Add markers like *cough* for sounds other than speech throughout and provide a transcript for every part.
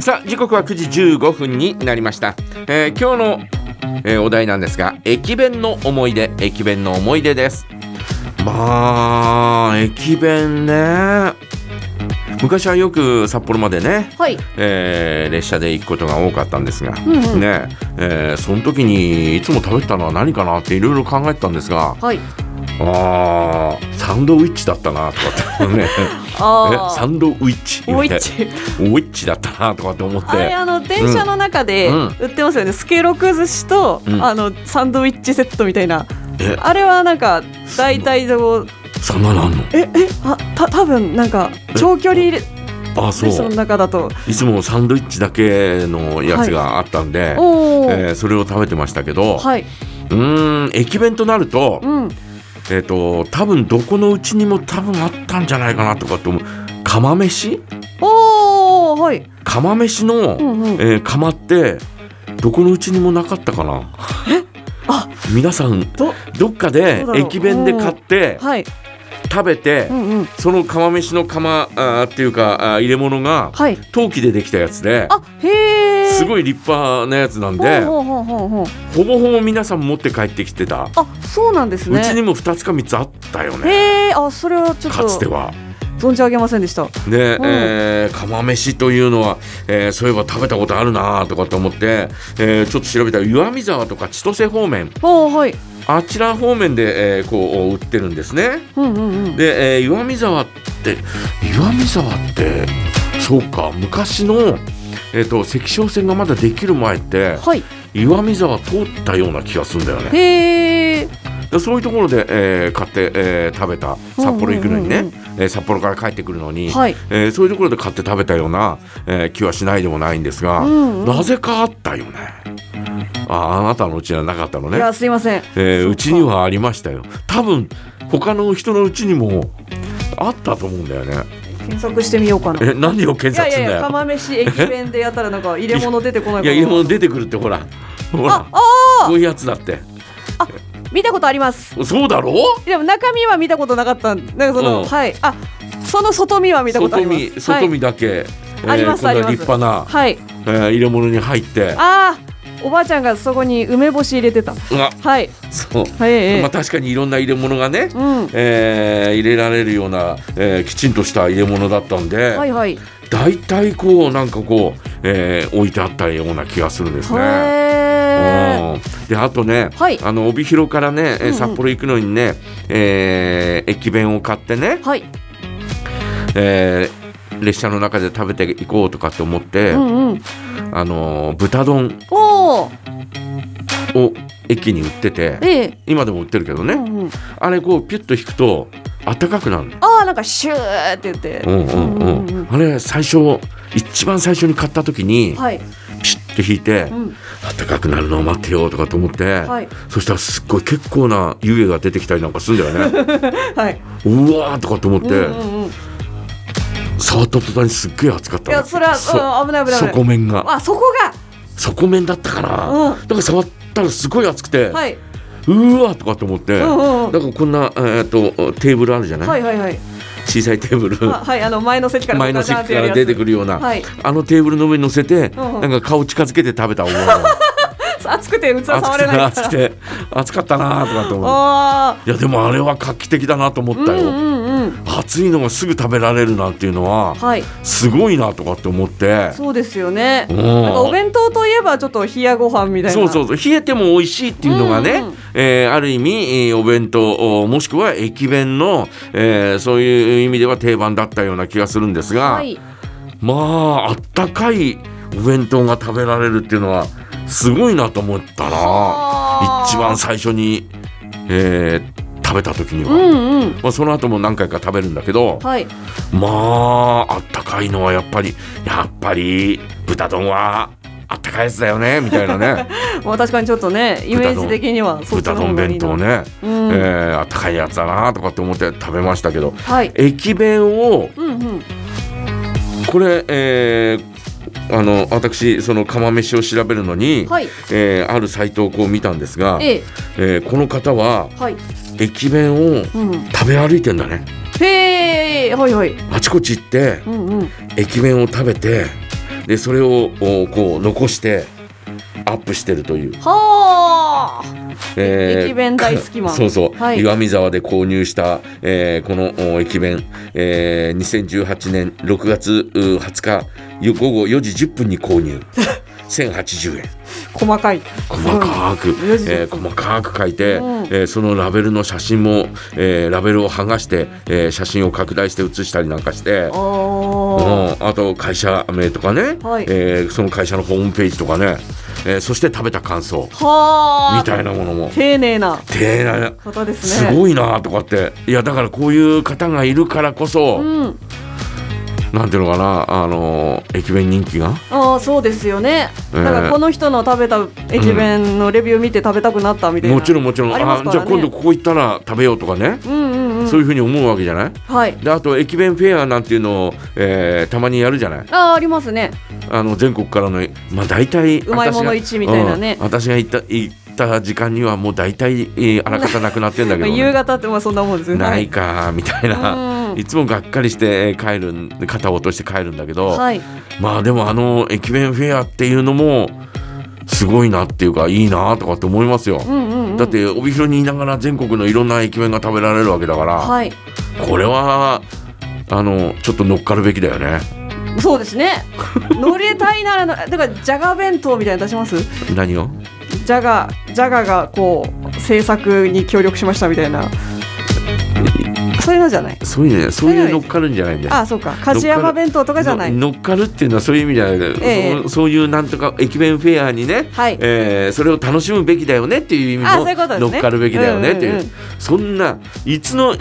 さあ時刻は9時15分になりました、えー今日の、えーお題なんですが駅弁の思い出駅弁の思い出ですまあ駅弁ね昔はよく札幌までね、はい。えー列車で行くことが多かったんですが、うんうんねえーその時にいつも食べてたのは何かなっていろいろ考えてたんですがはい。あーサンドウィッチだったなとかってねえ *laughs* あサンドウィッチあ。もう一。ウィッチだったなとかって思ってあれあの電車の中でうん売ってますよね。スケロク寿司とうんあのサンドイッチセットみたいなえ。あれはなんか大体どうそんなのあんのええあた多分なんか長距離列あそ車のう中だといつもサンドイッチだけのやつがあったんで、おお、えーそれを食べてましたけど、はいうーん駅弁となると,、うんえー、と多分どこのうちにも多分あったんじゃないかなとかって思う釜飯おおはい釜飯の、うんうんえー釜ってどこのうちにもなかったかなあ皆さんどどっかでどうだろう駅弁で買ってはい食べて、うんうんその釜飯の釜あーっていうかあー入れ物がはい陶器でできたやつであへえすいごい立派なやつなんでほうほうほうほうほうほぼほぼ皆さん持って帰ってきてた、あそうなんですうねちにも2つか3つあったよねへえあそれはちょっかつてとは。存じ上げませんでしたで、うんえー釜飯というのは、えーそういえば食べたことあるなとかと思って、えーちょっと調べたら岩見沢とか千歳方面おおはいあちら方面で、えーこう売ってるんですね。うんうんうんで、えー岩見沢って岩見沢ってそうか昔の、えー、と関昇線がまだできる前ってはい岩見沢通ったような気がするんだよねへえでそういうところで、えー買って、えー食べた札幌行くのにね、うんうんえー札幌から帰ってくるのに、はいえーそういうところで買って食べたような、えー気はしないでもないんですが、うんうんなぜかあったよねああなたのうちにはなかったのいねやすいませんえーそうっかちにはありましたよ多分他の人のうちにもあったと思うんだよね検索してみようかなえ何を検い索やいするんやいだやよ釜飯駅弁でやったらなんか入れ物出てこないいかや入なれ物出てくるってほらほらああこういうやつだって見たことありますそうだろでも中身は見たことなかったんなんかその、うんはいあその外見は見たことあ外りま見す外見だけ、ありますこんなあり立ま派すな、はい、はい、えー入れ物に入ってあーおばあちゃんがそこに梅干し入れてたはうわいそう、はいええまあ、確かにいろんな入れ物がね、うんえー入れられるような、えーきちんとした入れ物だったんで、はいはい大体こうなんかこう、えー置いてあったような気がするんですへね。えうんであとね、はいあの帯広からね、えーうんうん札幌行くのにね、えー駅弁を買ってね、はいえー列車の中で食べていこうとかって思って、うんうんあのー豚丼おおを駅に売っててええ今でも売ってるけどね、うんうんあれこうピュッと引くと暖かくなるのああなんかシューって言ってうんうんううんん、うんうんあれ最初一番最初に買った時にはいピシッて引いて、うん暖かくなるのを待ってようとかと思って、はいそしたらすっごい結構な湯気が出てきたりなんかするんだよ *laughs* ねはいうわーとかと思って、うんうんうんい触った途端にすっげえ熱かったのやそれはうん危ない危ない危ない底面があそこ底面だったかな、うんだから触ったらすごい熱くて、がはいうわーとかと思って、うんうんうんだからこんな、えー、とテーブルあるじゃない、はいはいはい小さいテーブルあはいあの前の席から前の席から出てくるるような、はいあのテーブルの上に乗せて、うんうんなんか顔近づけて食べた思い *laughs* が熱くて器触れないから熱くて熱かったなーとかと思う *laughs* あいやでもあれは画期的だなと思ーうっんたよ、うんうん熱いのがすぐ食べられるなんていうのははいすごいなとかって思ってそうですよねうんなんかお弁当といえばちょっと冷やご飯みたいなそうそううそう冷えても美味しいっていうのがね、うんうんえーある意味、えーお弁当おもしくは駅弁の、えーそういう意味では定番だったような気がするんですが、はいまああったかいお弁当が食べられるっていうのはすごいなと思ったなあー一番最初に、えー食べた時には、うんうんまあ、その後も何回か食べるんだけどはいまああったかいのはやっぱりやっぱり豚丼はあったかいやつだよねみたいなねまあ確かにちょっとねイメージ的に *laughs* はそっち豚の方丼がいい弁な当ね、うんえーあったかいやつだなとかって思って食べましたけどはい駅弁をうんうんこれ、えーあの私その釜飯を調べるのに、はいえーあるサイトをこう見たんですが、えええーこの方ははい駅弁をうん食べ歩いてんだね。へえはいはいあちこち行ってうんうん駅弁を食べてでそれをおこう残してアップしてるという、はあえ駅弁大好きマンそうそう、はい岩見沢で購入した、えーこのお駅弁、えー2018年6月う20日よ午後4時10分に購 *laughs* 入1080円細かい細かく、 4時えー細かく書いて、うんえーそのラベルの写真も、えーラベルを剥がして、えー写真を拡大して写したりなんかしてあ。ーうん、あと会社名とかね、はいえーその会社のホームページとかね、えーそして食べた感想はあみたいなものも丁寧な丁寧な方ですすねいごいなとかっていやだからこういう方がいるからこそ、うんなんていうのかなあのー駅弁人気がああそうですよね、ええだからこの人の食べた駅弁のレビュー見て食べたくなったみたいな、もちろんもちろん、ありますあかじゃあらね今度ここ行ったら食べようとかね、うんうんうんそういうふうに思うわけじゃないはいであと駅弁フェアなんていうのを、えーたまにやるじゃないああありますねあの全国からのまあ大体うまいもの市みたいなね私が,、うん、私が行った行った時間にはもう大体、えーあらかたなくなってんだけまあ、ど、 *laughs* 夕ね、方ってまあそんなもんですよねないかみたいな。うんいつもがっかりしてえー帰るん肩を落として帰るんだけど、はいまあでもあの駅弁フェアっていうのもすごいなっていうかいいなとかって思いますよ、うんうんうんだって帯広にいながら全国のいろんな駅弁が食べられるわけだから、はいこれはあのちょっと乗っかるべきだよねそうですね乗れたいな *laughs* らのだからじゃが弁当みたいなの出します何をじゃがじゃががこう制作に協力しましたみたいなそういうのじゃないそういうね、そういう乗っかるんじゃないんだよ。あそうか梶山弁当とかじゃない乗っかるっていうのはそういう意味じゃないんだよ、ええそうそういうなんとか駅弁フェアにね、はいえーそれを楽しむべきだよねっていう意味あそういうことですの乗ねっかるべきだよねっていう,、うんうんうんそんないつのい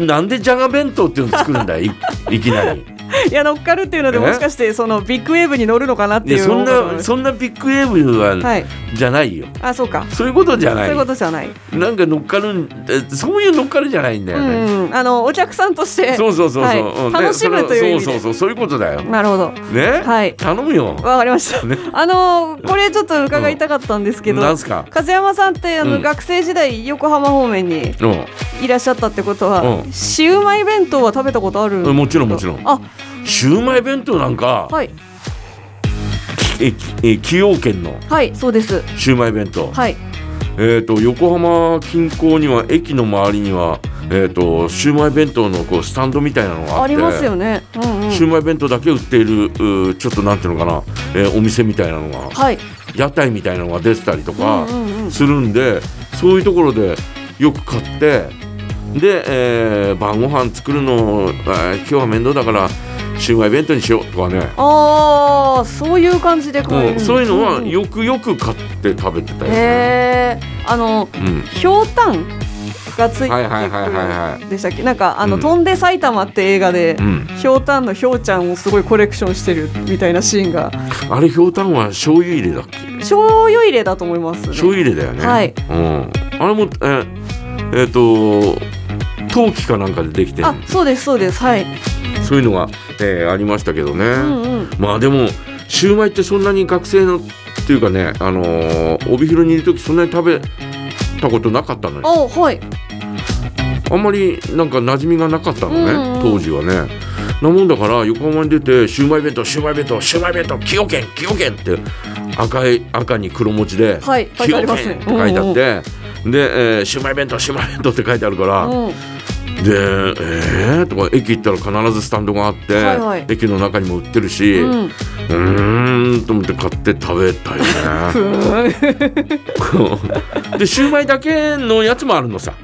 なんでじゃが弁当っていうの作るん *laughs* だよいいきなりいや乗っかるっていうのでえもしかしてそのビッグウェーブに乗るのかなっていいやうそん思うこともなそんなビッグウェーブは、はいじゃないよあそうかそういうことじゃそうないいうことじゃない、なんか乗っかるんえそういう乗っかるじゃないんだうよね、んうんあのお客さんとしてそうそうそうそう、はいうんで楽しむという意味でそれをそうそうそうそういうことだよ、なるほどね、はい頼むよわかりました、 *laughs* ねあのこれちょっと伺いたかったんですけど、なんすか梶山さんってあの、うん学生時代横浜方面にうんいらっしゃったってことは、うシウマイ弁当は食べたことあるうんもちろんもちろんあシューマイ弁当なんか、はいえきえ崎陽軒のはいそうですシューマイ弁当、はいえっ、と横浜近郊には駅の周りにはえっ、とシューマイ弁当のこうスタンドみたいなのがああってりますよねうんうんシューマイ弁当だけ売っているうーちょっとなんていうのかな、えーお店みたいなのがはい屋台みたいなのが出てたりとかうんうんうんするんで、そういうところでよく買ってで、えー晩ご飯作るの、えー今日は面倒だからシューマイ弁当にしようとかね、ああそういう感じでこうん、そういうのはんよくよく買って食べてたよね。へえあのうん、ひょうたんがついてはいはいはいはいはくるでしたっけなんかあの、うん飛んで埼玉って映画で、うん、ひょうたんのひょうちゃんをすごいコレクションしてるみたいなシーンがあれひょうたんは醤油入れだっけ醤油入れだと思います、ね、醤油入れだよね、はいうん、あれもえーえーと陶器かなんかでできてあそうですそうですはい、そういうのが、えーありましたけどね、うんうん、まあでもシューマイってそんなに学生のっていうかね、あのー帯広にいる時そんなに食べたことなかったのよあはいあんまりなんか馴染みがなかったのね、うんうん当時はねなもんだから横浜に出てシューマイ弁当シューマイ弁当シューマイ弁当崎陽軒崎陽軒って赤い赤に黒文字ではい書崎いて陽あ軒りまっすねて書いてあって、で、えーシューマイ弁当シューマイ弁当って書いてあるから、うんうんでえー、とか駅行ったら必ずスタンドがあって、はいはい駅の中にも売ってるし、ううんーんと思って買って食べたよね *laughs* ふーんでシューマイだけのやつもあるのさ、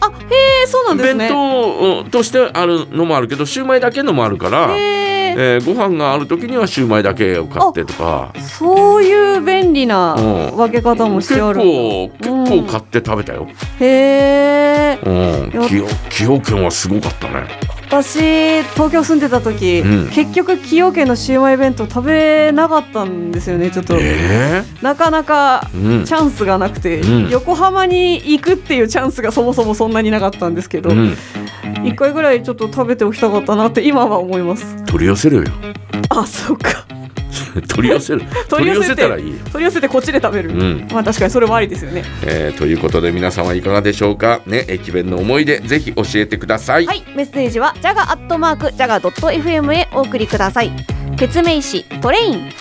あへえそうなんです弁ね当としてあるのもあるけどシューマイだけのもあるから、へええーご飯がある時にはシューマイだけを買ってとかそういう便利なうん分け方もして結ある構結うん構買って食べたよ、へえうん、やっ崎陽崎陽軒はすごかったね私東京住んでた時、うん結局崎陽軒のシウマイ弁当食べなかったんですよねちょっと、えなかなかえうんチャンスがなくて、うん横浜に行くっていうチャンスがそもそもそんなになかったんですけど、うん、一回ぐらいちょっと食べておきたかったなって今は思います取り寄せるよあそうか *laughs* 取り寄 *laughs* せる取り寄せたらいい。取り寄せてこっちで食べる、うんまあ確かにそれもありですよねえーということで皆様いかがでしょうかね駅弁の思い出ぜひ教えてください、はい、メッセージはジャガアットマークジャガドット FM へお送りください。ケツメイシトレイン